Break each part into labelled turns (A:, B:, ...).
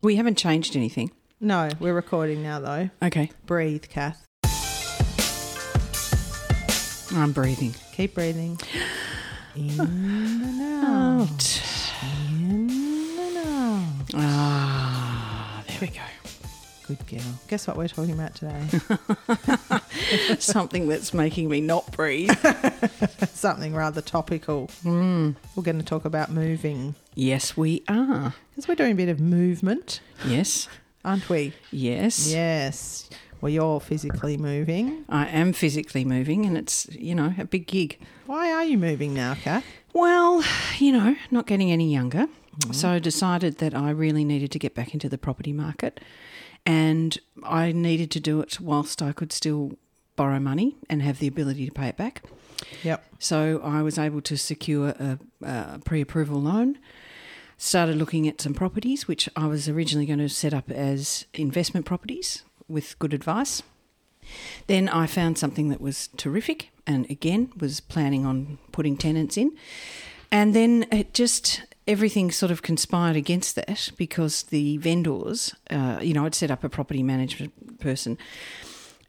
A: We haven't changed anything.
B: No, we're recording now though.
A: Okay.
B: Breathe, Kath.
A: I'm breathing.
B: Keep breathing. In and
A: Oh.
B: out. In and out.
A: Ah, there we go.
B: Good girl. Guess what we're talking about today?
A: Something that's making me not breathe.
B: Something rather topical. We're going to talk about moving
A: Hmm. yes, we are.
B: because we're doing a bit of movement,
A: Yes.
B: aren't we?
A: Yes.
B: Yes. Well, you're physically moving.
A: I am physically moving and it's, you know, a big gig.
B: Why are you moving now, Kath?
A: Well, you know, not getting any younger. So I decided that I really needed to get back into the property market and I needed to do it whilst I could still borrow money and have the ability to pay it back.
B: Yep.
A: So I was able to secure a, a pre approval loan. Started looking at some properties, which I was originally going to set up as investment properties with good advice. Then I found something that was terrific and again was planning on putting tenants in. And then it just, everything sort of conspired against that because the vendors, uh, you know, I'd set up a property management person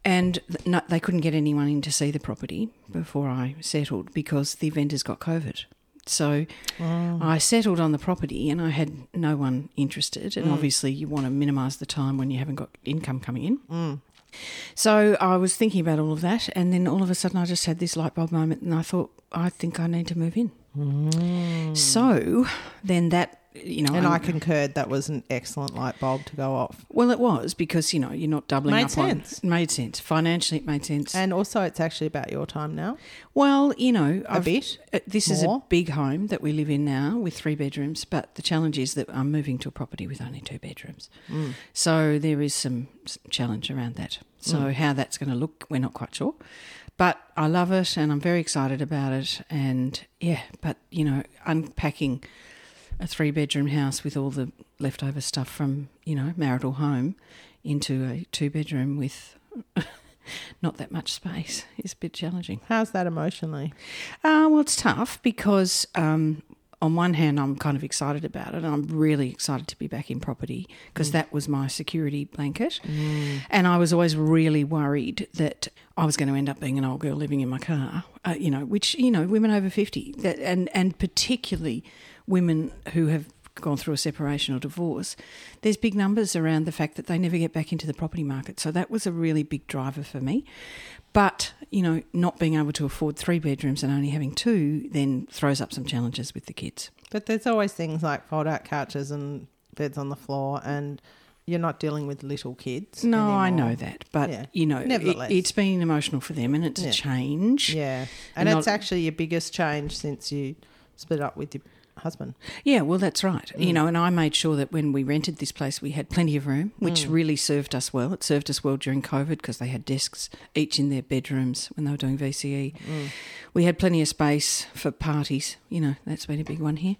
A: and th- no, they couldn't get anyone in to see the property before I settled because the vendors got COVID. So
B: Mm-hmm.
A: I settled on the property and I had no one interested.
B: Mm.
A: And obviously, you want to minimise the time when you haven't got income coming in. So I was thinking about all of that, and then all of a sudden I just had this light bulb moment, and I thought, I think I need to move in. So then that, you know,
B: Mm. And
A: I'm-
B: I concurred that was an excellent light bulb to go off.
A: well, it was because you know you're not doubling
B: Made
A: up
B: sense.
A: on made sense financially. It made sense.
B: And also, it's actually about your time now.
A: well, you know,
B: A bit?
A: uh, This is a
B: More?
A: big home that we live in now with three bedrooms, but the challenge is that I'm moving to a property with only two bedrooms, so there is some s- challenge around that. So how that's going to look, we're not quite sure. But I love it, and I'm very excited about it. And yeah, but you know, unpacking a three bedroom house with all the leftover stuff from, you know, marital home into a two bedroom with not that much space is a bit challenging.
B: How's that emotionally?
A: Uh, well, it's tough because um, on one hand, I'm kind of excited about it. I'm really excited to be back in property because that was my security blanket. And I was always really worried that I was going to end up being an old girl living in my car, uh, you know, which, you know, women over 50, that, and, and particularly women who have gone through a separation or divorce, there's big numbers around the fact that they never get back into the property market. So that was a really big driver for me. But, you know, not being able to afford three bedrooms and only having two then throws up some challenges with the kids.
B: But there's always things like fold out couches and beds on the floor, and you're not dealing with little kids.
A: No, I
B: anymore.
A: know that. But,
B: Yeah.
A: you know,
B: Nevertheless.
A: it, it's been emotional for them and it's
B: Yeah.
A: a change.
B: Yeah. And,
A: And
B: it's
A: not-
B: actually your biggest change since you split up with your husband.
A: Yeah, well, that's right.
B: Mm.
A: You know, and I made sure that when we rented this place, we had plenty of room, which
B: Mm.
A: really served us well. It served us well during COVID because they had desks each in their bedrooms when they were doing VCE.
B: Mm.
A: We had plenty of space for parties. You know, that's been a big one here.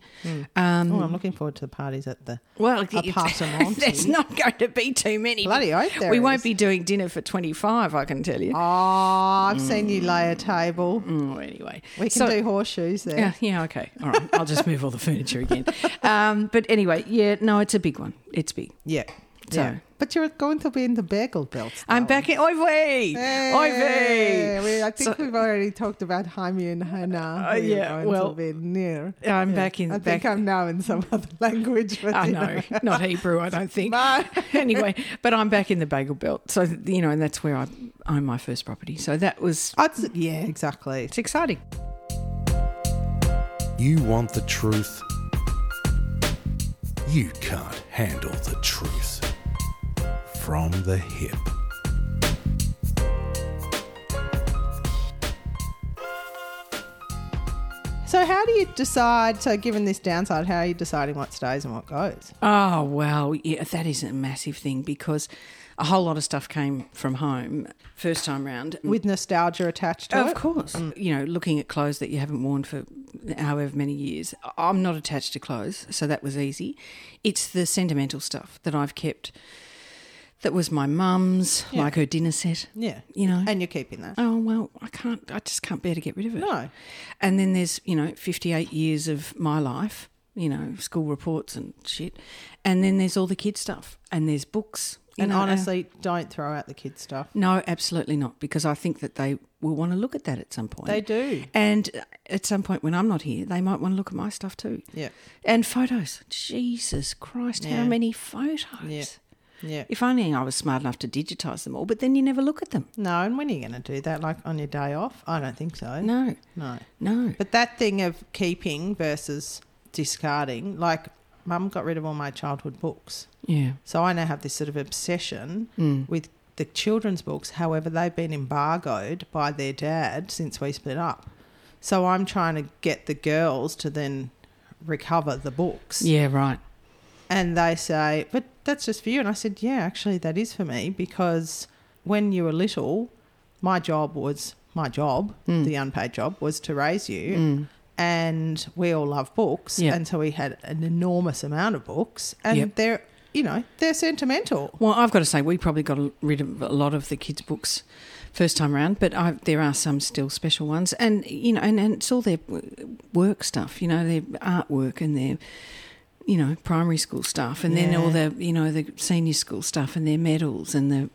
A: Um,
B: Oh, I'm looking forward to the parties at the.
A: well,
B: parsimony.
A: there's not going to be too many.
B: Bloody oath there
A: we
B: is.
A: won't be doing dinner for 25, I can tell you.
B: Oh, I've seen you lay a table.
A: Oh, anyway.
B: We can
A: Mm. So-
B: do horseshoes there.
A: Yeah, yeah, okay. All right. I'll just move all the furniture again. Um, but anyway, yeah, no, it's a big one. It's big.
B: Yeah.
A: So-
B: Yeah. But you're going to be in the bagel belt.
A: I'm back in Ivy.
B: Hey, we- I think
A: So-
B: we've already talked about Jaime and Hannah.
A: Oh,
B: who are
A: yeah,
B: going to
A: well,
B: be near.
A: Ivy. I'm back in
B: I
A: the
B: think
A: back.
B: Uh, I'm now in some other language. But
A: I
B: you
A: know, not Hebrew, I don't think.
B: No.
A: anyway, but I'm back in the bagel belt. So, you know, and that's where I own my first property. So that was,
B: I'd s- yeah, exactly.
A: it's exciting.
C: You want the truth? You can't handle the truth. From the hip.
B: So, how do you decide? So, given this downside, how are you deciding what stays and what goes?
A: Oh, wow. Yeah, that is a massive thing because a whole lot of stuff came from home first time round.
B: With nostalgia attached to
A: Of
B: it?
A: course. Mm. You know, looking at clothes that you haven't worn for however many years. I'm not attached to clothes, so that was easy. It's the sentimental stuff that I've kept that was my mum's, like her dinner set.
B: Yeah.
A: You know.
B: And you're keeping that.
A: Oh well, I can't. I just can't bear to get rid of it.
B: No.
A: And then there's you know 58 years of my life you know, school reports and shit. And then there's all the kid stuff, and there's books. you
B: And
A: know,
B: honestly, don't throw out the kid stuff.
A: no, absolutely not, because I think that they will want to look at that at some point.
B: They do.
A: And at some point when I'm not here, they might want to look at my stuff too.
B: Yeah.
A: And photos. Jesus Christ, how
B: Yeah.
A: many photos?
B: Yeah. Yeah.
A: If only I was smart enough to digitise them all, but then you never look at them.
B: No, and when are you going to do that? Like on your day off? I don't think so.
A: No,
B: No.
A: no.
B: But that thing of keeping versus discarding, like mum got rid of all my childhood books.
A: Yeah.
B: So I now have this sort of obsession
A: Mm.
B: with the children's books. However, they've been embargoed by their dad since we split up. So I'm trying to get the girls to then recover the books.
A: Yeah, right.
B: And they say, but that's just for you. And I said, yeah, actually, that is for me because when you were little, my job was my job,
A: Mm.
B: the unpaid job was to raise you.
A: Mm.
B: And we all love books.
A: Yeah.
B: And so we had an enormous amount of books. And
A: Yep.
B: they're, you know, they're sentimental.
A: Well, I've got to say, we probably got rid of a lot of the kids' books first time round, but I, there are some still special ones, and you know, and, and it's all their w- work stuff, you know, their artwork and their you know primary school stuff, and then
B: Yeah.
A: all the you know the senior school stuff and their medals and the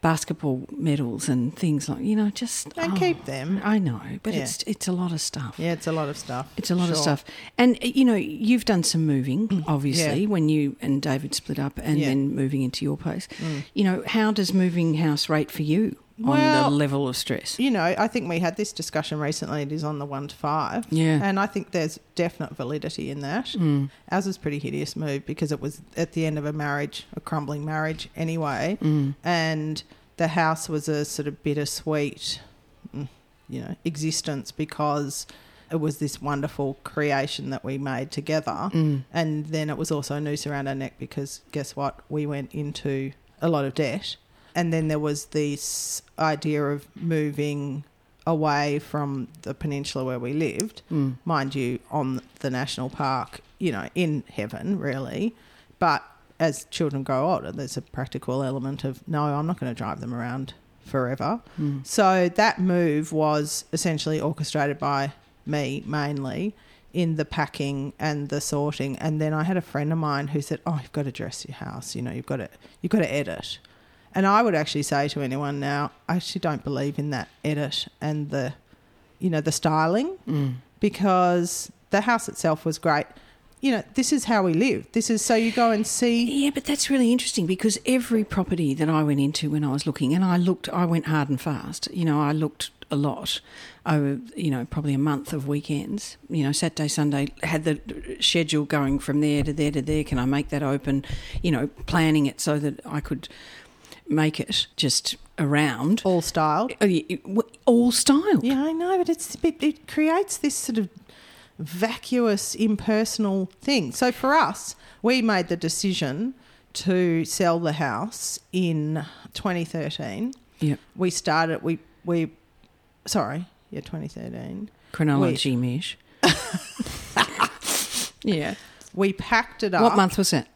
A: basketball medals and things like you know just
B: And
A: oh,
B: keep them.
A: I know, but
B: Yeah.
A: it's it's a lot of stuff.
B: Yeah, it's a lot of stuff.
A: It's a lot of
B: Sure. Mm.
A: stuff. And, uh, you know, you've done some moving, obviously,
B: Yeah.
A: when you and David split up and
B: Yeah. Mm.
A: then moving into your place. You know, how does moving house rate for you on
B: Well-
A: the level of stress?
B: You know, I think we had this discussion recently. It is on the one to five.
A: Yeah.
B: And I think there's definite validity in that.
A: Mm.
B: Ours was a pretty hideous move because it was at the end of a marriage, a crumbling marriage anyway.
A: Mm.
B: And the house was a sort of bittersweet, mm, you know, existence because it was this wonderful creation that we made together.
A: Mm.
B: And then it was also a noose around our neck because guess what? We went into a lot of debt. And then there was this idea of moving away from the peninsula where we lived,
A: Mm.
B: mind you, on the national park, you know, in heaven, really. But as children grow older, there's a practical element of no, I'm not going to drive them around forever.
A: Mm.
B: So that move was essentially orchestrated by me mainly in the packing and the sorting. And then I had a friend of mine who said, "Oh, you've got to dress your house. You know, you've got to you've got to edit." And I would actually say to anyone now, I actually don't believe in that edit and the, you know, the styling
A: Mm.
B: because the house itself was great. You know, this is how we live. This is so you go and see.
A: Yeah, but that's really interesting because every property that I went into when I was looking, and I looked, I went hard and fast. You know, I looked a lot over, you know, probably a month of weekends. You know, Saturday, Sunday, had the schedule going from there to there to there. Can I make that open? You know, planning it so that I could make it just around
B: all styled.
A: Uh, y- y- w- all style.
B: Yeah, I know, but it's it, it creates this sort of vacuous, impersonal thing. So for us, we made the decision to sell the house in 2013.
A: Yep.
B: We started. We we, sorry, yeah, 2013.
A: Chronology, Mish. yeah.
B: We packed it up.
A: What month was that?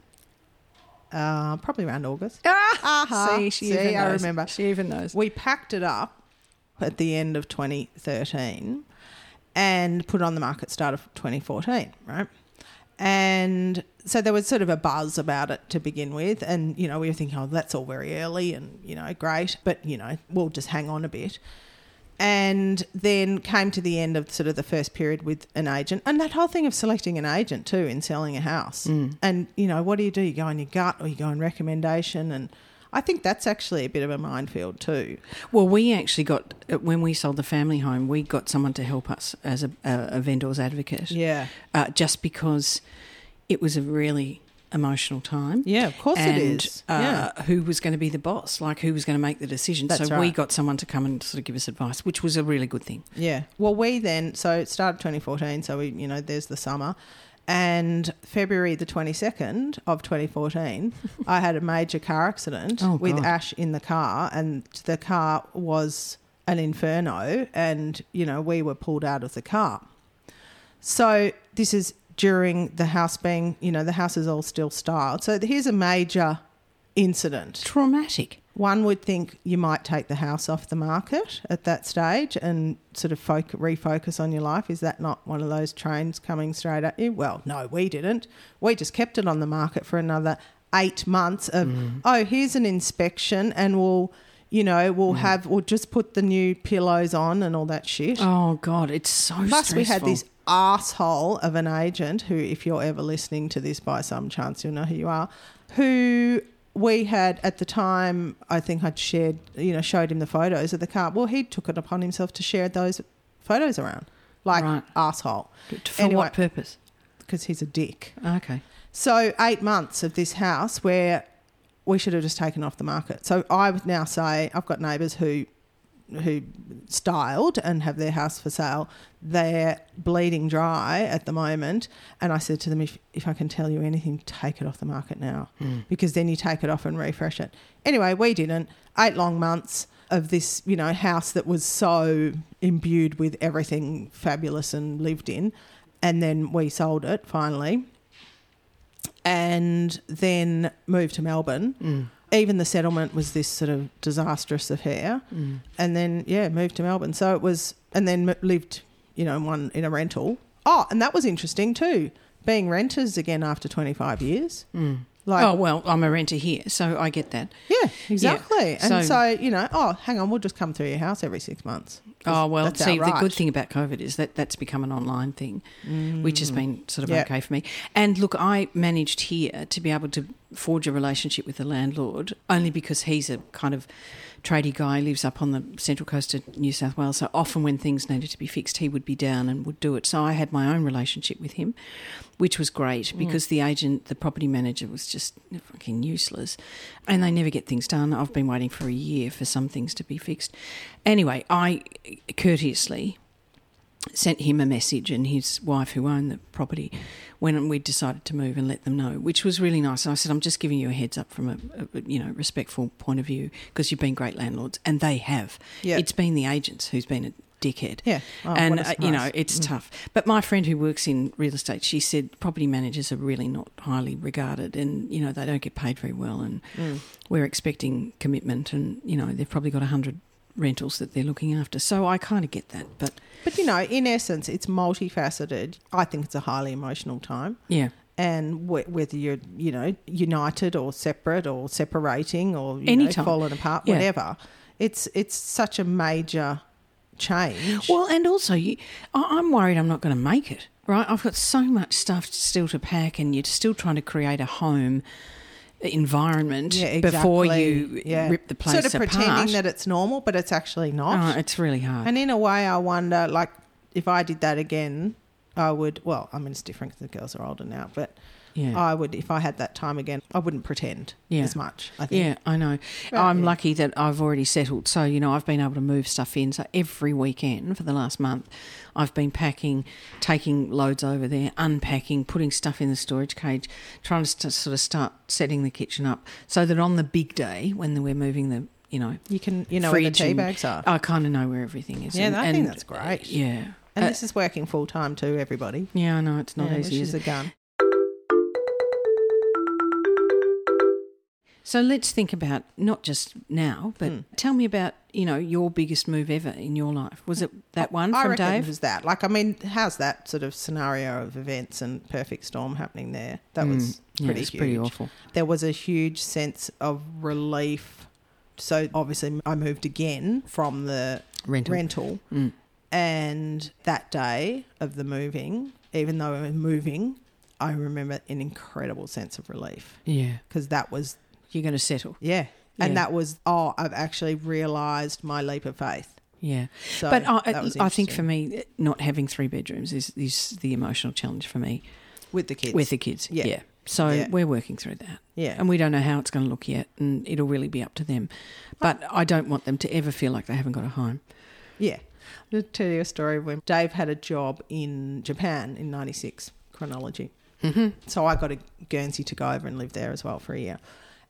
B: Uh, probably around August.
A: Ah,
B: Uh-huh.
A: see, she
B: See,
A: even
B: I
A: knows.
B: remember.
A: She even knows.
B: We packed it up at the end of 2013 and put it on the market start of 2014, right? And so there was sort of a buzz about it to begin with. And, you know, we were thinking, oh, that's all very early and, you know, great, but, you know, we'll just hang on a bit. And then came to the end of sort of the first period with an agent. And that whole thing of selecting an agent too in selling a house. And, you know, what do you do? You go on your gut or you go on recommendation. And I think that's actually a bit of a minefield too.
A: Well, we actually got uh, when we sold the family home, we got someone to help us as a, a, a vendor's advocate,
B: Yeah.
A: uh, just because it was a really emotional time.
B: Yeah, of course
A: and,
B: it is.
A: Uh,
B: yeah.
A: Who was going to be the boss? Like, who was going to make the decision?
B: That's
A: so we
B: right.
A: got someone to come and sort of give us advice, which was a really good thing.
B: Yeah. Well, we then, so it started 2014, so we, you know, there's the summer. And February the 22nd of 2014, I had a major car accident
A: Oh,
B: with
A: God.
B: Ash in the car, and the car was an inferno, and, you know, we were pulled out of the car. So this is during the house being, you know, the house is all still styled. So here's a major incident.
A: Traumatic.
B: One would think you might take the house off the market at that stage and sort of foc refocus on your life. Is that not one of those trains coming straight at you? Well, no, we didn't. We just kept it on the market for another eight months of, oh, here's an inspection and we'll, you know, we'll have, we'll just put the new pillows on and all that shit.
A: Oh God, it's so.
B: Plus, we had
A: stressful.
B: this asshole of an agent who, if you're ever listening to this by some chance, you'll know who you are, who we had at the time, I think I'd shared, you know, showed him the photos of the car. Well, he took it upon himself to share those photos around. Like,
A: Right.
B: asshole,
A: for
B: anyway.
A: what purpose?
B: because he's a dick.
A: Okay.
B: So, eight months of this house where we should have just taken off the market. So, I would now say I've got neighbours who who styled and have their house for sale. They're bleeding dry at the moment. And I said to them, if, if I can tell you anything, take it off the market now because then you take it off and refresh it. Anyway, we didn't. Eight long months of this, you know, house that was so imbued with everything fabulous and lived in. And then we sold it finally and then moved to Melbourne. Even the settlement was this sort of disastrous affair and then yeah, moved to Melbourne. So it was, and then m- lived, you know, in one in a rental. Oh, and that was interesting too, being renters again after twenty five years. Like,
A: oh well, I'm a renter here, so I get that.
B: yeah, exactly. And so,
A: So-
B: you know, oh, hang on, we'll just come through your house every six months.
A: Oh well,
B: That's
A: see
B: our
A: the
B: right.
A: good thing about COVID is that that's become an online thing, which has been sort of
B: Yeah.
A: okay for me. And look, I managed here to be able to forge a relationship with the landlord only because he's a kind of tradie guy, lives up on the central coast of New South Wales. So often when things needed to be fixed, he would be down and would do it. So I had my own relationship with him, which was great because the agent, the property manager, was just fucking useless, and they never get things done. I've been waiting for a year for some things to be fixed. Anyway, I courteously sent him a message and his wife who owned the property when we decided to move and let them know which was really nice and i said i'm just giving you a heads up from a, a you know respectful point of view because you've been great landlords and they have
B: Yeah.
A: it's been the agents who's been a dickhead
B: Yeah. Oh,
A: and
B: what a
A: uh, you know
B: surprise. Mm.
A: it's tough but my friend who works in real estate she said property managers are really not highly regarded and you know they don't get paid very well and
B: Mm.
A: we're expecting commitment and you know they've probably got 100 rentals that they're looking after so i kind of get that but
B: But you know, in essence, it's multifaceted. I think it's a highly emotional time.
A: yeah
B: and wh- whether you're you know united or separate or separating or you know,
A: Anytime.
B: fallen apart,
A: Yeah.
B: whatever. It's it's such a major change.
A: Well, and also, you, I, I'm worried I'm not going to make it, right? I've got so much stuff still to pack, and you're still trying to create a home environment before you
B: Yeah.
A: rip the place
B: sort of
A: apart.
B: pretending that it's normal, but it's actually not.
A: Oh, it's really hard.
B: And in a way, I wonder, like, if I did that again, I would. Well, I mean, it's different because the girls are older now, but
A: yeah.
B: I would, if I had that time again, I wouldn't pretend
A: Yeah.
B: as much. I think.
A: yeah, I know. I'm lucky that I've already settled. So, you know, I've been able to move stuff in. So, every weekend for the last month, I've been packing, taking loads over there, unpacking, putting stuff in the storage cage, trying to st- sort of start setting the kitchen up so that on the big day when we're moving the, you know,
B: You can, you know, where the
A: fridge
B: tea
A: and-
B: bags are.
A: I kind of know where everything is.
B: Yeah,
A: and,
B: I think
A: and-
B: that's great.
A: Yeah.
B: and
A: Uh,
B: this is working full time too. Everybody.
A: yeah, I know it's not
B: Yeah, which
A: easy.
B: is
A: Is
B: a
A: it?
B: gun.
A: So let's think about not just now, but
B: Hmm.
A: tell me about you know your biggest move ever in your life. Was it that one
B: I
A: from
B: reckon
A: Dave?
B: it was that. Like, I mean, how's that sort of scenario of events and perfect storm happening there? That was
A: Hmm. Yeah,
B: pretty
A: it's
B: huge.
A: pretty awful.
B: There was a huge sense of relief. So obviously, I moved again from the
A: Rental. Hmm.
B: rental, and that day of the moving, even though I was moving, I remember an incredible sense of relief
A: Yeah,
B: because that was
A: you're going to settle.
B: yeah, and
A: Yeah.
B: that was oh, I've actually realised my leap of faith.
A: Yeah,
B: So
A: but
B: that
A: I,
B: was
A: I think
B: interesting.
A: for me, not having three bedrooms is is the emotional challenge for me
B: with the kids,
A: with the kids.
B: yeah.
A: Yeah. So
B: Yeah.
A: we're working through that.
B: Yeah.
A: And we don't know how it's going to look yet, and it'll really be up to them. But I don't want them to ever feel like they haven't got a home.
B: Yeah. I'll tell you a story of when Dave had a job in Japan in 96, chronology. Mm-hmm. So I got a Guernsey to go over and live there as well for a year.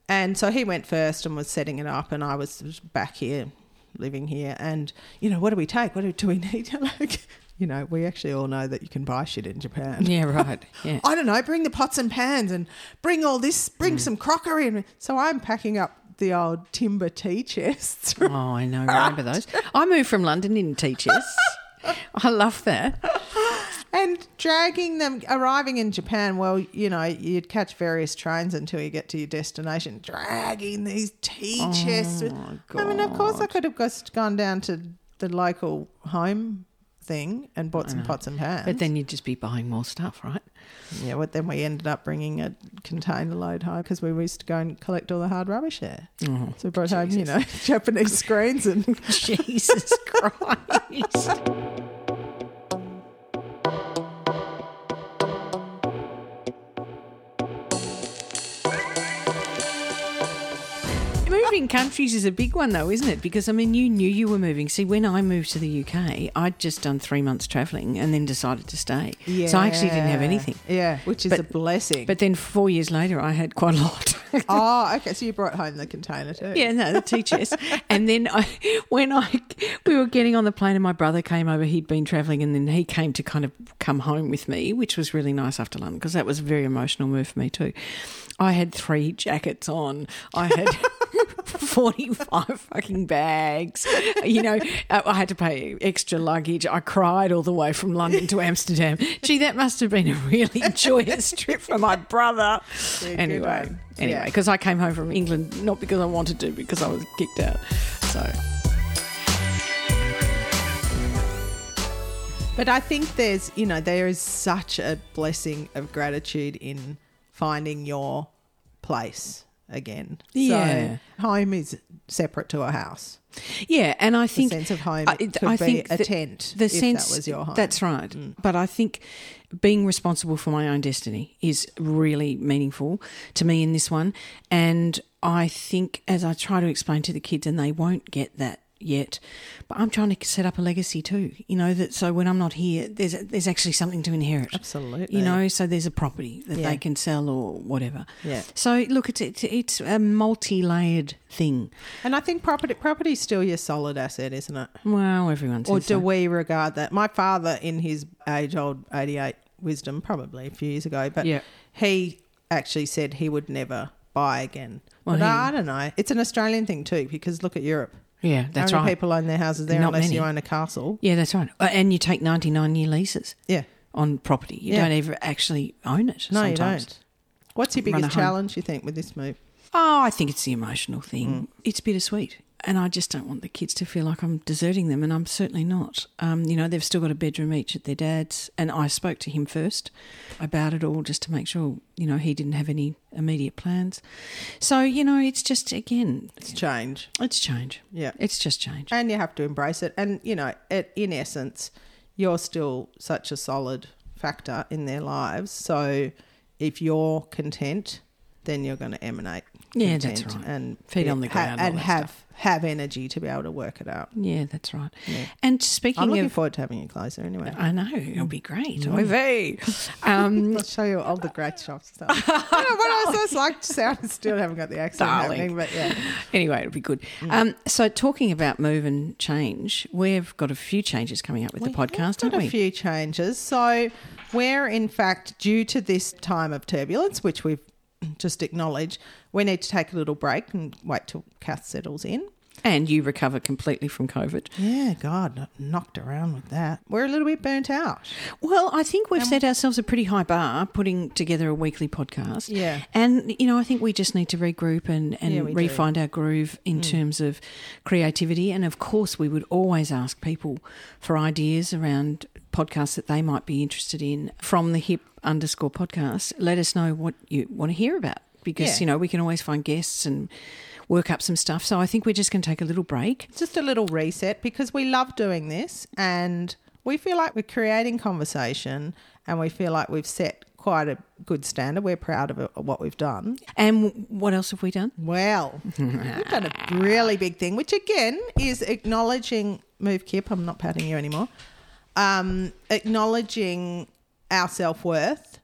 B: And so he went first and was setting it up, and I was just back here living here. And, you know, what do we take? What do, do we need? like, you know, we actually all know that you can buy shit in Japan.
A: Yeah, right. Yeah.
B: Mm. I don't know, bring the pots and pans and bring all this, bring some crockery. And so I'm packing up the old timber tea chests.
A: Oh, I know. Remember those? I moved from London in tea chests. I love that.
B: And dragging them, arriving in Japan, well, you know, you'd catch various trains until you get to your destination. Dragging these tea
A: Oh,
B: chests. With, I mean, of course, I could have just gone down to the local home thing and bought some pots and pans.
A: But then you'd just be buying more stuff, right?
B: yeah, but then we ended up bringing a container load home because we used to go and collect all the hard rubbish there.
A: Oh,
B: so we brought home, you know, Japanese screens and
A: Jesus Christ. Moving countries is a big one, though, isn't it? Because I mean, you knew you were moving. See, when I moved to the UK, I'd just done three months travelling and then decided to stay. So I actually didn't have
B: Yeah.
A: anything.
B: Yeah, which is
A: But-
B: a blessing.
A: But then four years later, I had quite a lot.
B: oh, okay. So you brought home the container too.
A: Yeah, no, the teachers. and then I, when I, we were getting on the plane, and my brother came over. He'd been travelling, and then he came to kind of come home with me, which was really nice after London because that was a very emotional move for me too. I had three jackets on. I had. 45 fucking bags. You know, uh, I I had to pay extra luggage. I cried all the way from London to Amsterdam. Gee, that must have been a really joyous trip for my brother.
B: good
A: anyway,
B: one.
A: anyway,
B: Yeah.
A: because I came home from England not because I wanted to, because I was kicked out. So
B: But I think there's, you know, there is such a blessing of gratitude in finding your place again.
A: Yeah.
B: So home is separate to a house.
A: yeah, and I think
B: sense of home
A: I-
B: could
A: I
B: be
A: think
B: a
A: that
B: tent,
A: The
B: if that
A: sense
B: was your home.
A: That's right.
B: Mm.
A: But I think being responsible for my own destiny is really meaningful to me in this one, and I think as I try to explain to the kids, and they won't get that yet but i'm trying to set up a legacy too you know that so when i'm not here there's there's actually something to inherit
B: Absolutely.
A: you know so there's a property that
B: Yeah.
A: they can sell or whatever
B: Yeah.
A: so look it's it's, it's a multi-layered thing
B: And I think property property's still your solid asset, isn't it?
A: well everyone says
B: Or do
A: that.
B: we regard that? My father, in his age old 88 wisdom, probably a few years ago, but
A: Yeah.
B: he actually said he would never buy again.
A: Well,
B: but
A: he-
B: I don't know. It's an Australian thing too, because look at Europe.
A: yeah that's
B: How
A: right
B: many people own their houses there
A: Not
B: unless you
A: many.
B: own a castle?
A: Yeah, that's right. Uh, And you take 99 year leases
B: Yeah.
A: on property. You
B: Yeah.
A: don't ever actually own it.
B: No, you
A: sometimes.
B: don't. What's your
A: Run a
B: biggest
A: home.
B: challenge, you think, with this move?
A: Oh, I think it's the emotional
B: Mm.
A: thing. It's bittersweet. And I just don't want the kids to feel like I'm deserting them, and I'm certainly not. Um, you know, they've still got a bedroom each at their dad's, and I spoke to him first about it all just to make sure, you know, he didn't have any immediate plans. So, you know, it's just, again,
B: It's change.
A: it's change.
B: Yeah.
A: It's just change.
B: And you have to embrace it. And, you know, it, in essence, you're still such a solid factor in their lives. So if you're content, then you're going to emanate.
A: Yeah, that's
B: content
A: right.
B: And
A: Feet on the ground, all
B: and
A: that
B: have, have energy to be able to work it out.
A: Yeah, that's right. And speaking
B: I'm looking Mm.
A: of.
B: forward to having you closer anyway.
A: I know, it'll be great. Oy vey. Um,
B: I'll show you all the great shops. Stuff. I don't know what else that's like. Sound still haven't got the accent
A: Darling.
B: happening, but yeah.
A: anyway, it'll be good.
B: Mm.
A: Um, so, talking about move and change, we've got a few changes coming up with the podcast,
B: Got
A: haven't we?
B: a few changes. So we're in fact due to this time of turbulence, which we've just acknowledged. We need to take a little break and wait till Kath settles in.
A: And you recover completely from COVID.
B: Yeah, God, knocked around with that. We're a little bit burnt out.
A: Well, I think we've set ourselves a pretty high bar putting together a weekly podcast.
B: Yeah.
A: And, you know, I think we just need to regroup and, and
B: Yeah, we do. Mm.
A: refine our groove in terms of creativity. And of course, we would always ask people for ideas around podcasts that they might be interested in from the hip underscore podcast. Let us know what you want to hear about because,
B: Yeah.
A: you know, we can always find guests and work up some stuff. So I think we're just going to take a little break.
B: Just a little reset because we love doing this and we feel like we're creating conversation and we feel like we've set quite a good standard. We're proud of it- what we've done.
A: And what else have we done?
B: Well, we've done a really big thing, which again is acknowledging move Kip. I'm not patting you anymore. Um, acknowledging our self worth,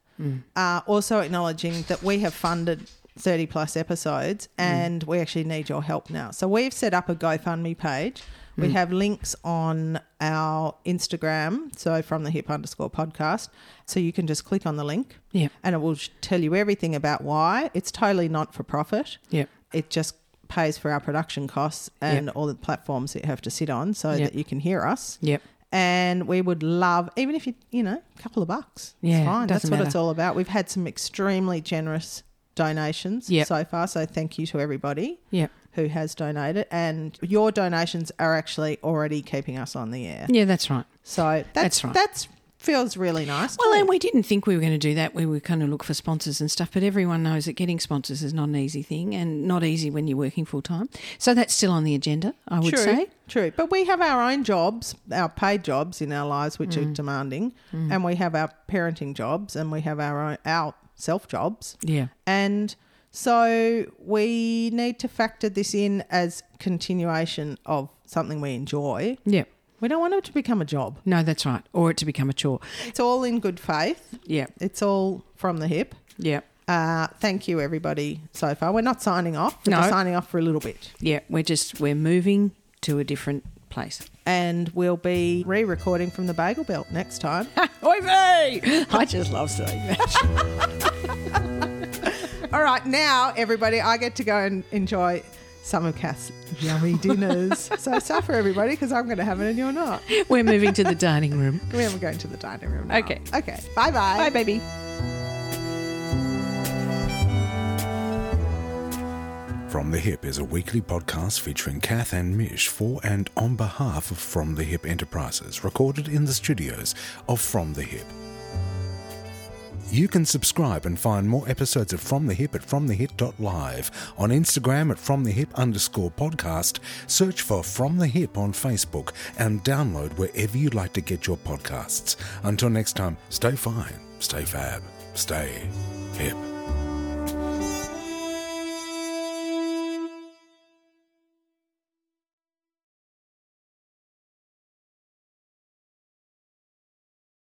B: uh, also acknowledging that we have funded 30 plus episodes and we actually need your help now. So we've set up a GoFundMe page. We have links on our Instagram, so from the hip underscore podcast. So you can just click on the link
A: Yeah.
B: and it will sh- tell you everything about why. It's totally not for profit.
A: Yeah.
B: It just pays for our production costs and all the platforms that you have to sit on so
A: Yep.
B: that you can hear us.
A: Yep.
B: And we would love, even if you, you know, a couple of bucks.
A: Yeah,
B: It's fine. That's
A: doesn't
B: what
A: matter.
B: it's all about. We've had some extremely generous donations
A: Yep.
B: so far. So thank you to everybody
A: Yep.
B: who has donated. And your donations are actually already keeping us on the air.
A: Yeah, that's right.
B: So that's,
A: That's right.
B: That's feels really nice.
A: Well,
B: too.
A: and we didn't think we were going to do that. We were kind of look for sponsors and stuff, but everyone knows that getting sponsors is not an easy thing and not easy when you're working full time. So that's still on the agenda, I would
B: true,
A: say.
B: True. But we have our own jobs, our paid jobs in our lives, which
A: Mm.
B: are demanding, and we have our parenting jobs, and we have our own, our self jobs,
A: Yeah.
B: and so we need to factor this in as continuation of something we enjoy.
A: Yeah.
B: We don't want it to become a job.
A: No, that's right. Or it to become a chore.
B: It's all in good faith.
A: Yeah.
B: It's all from the hip.
A: Yeah.
B: Uh, thank you, everybody. So far, we're not signing off. We're
A: No.
B: just signing off for a little bit.
A: Yeah. We're just, we're moving to a different place.
B: and we'll be re-recording from the bagel belt next time
A: Oi vey! I just love saying that.
B: all right now everybody i get to go and enjoy some of Cass' yummy dinners so suffer everybody because i'm going to have it and you're not
A: We're moving to the dining room.
B: we are going to the dining room now.
A: Okay.
B: okay bye bye
A: Bye, baby.
C: From the Hip is a weekly podcast featuring Kath and Mish for and on behalf of From the Hip Enterprises, recorded in the studios of From the Hip. You can subscribe and find more episodes of From the Hip at fromthehip.live, on Instagram at fromthehip underscore podcast, search for From the Hip on Facebook, and download wherever you like to get your podcasts. Until next time, stay fine, stay fab, stay hip.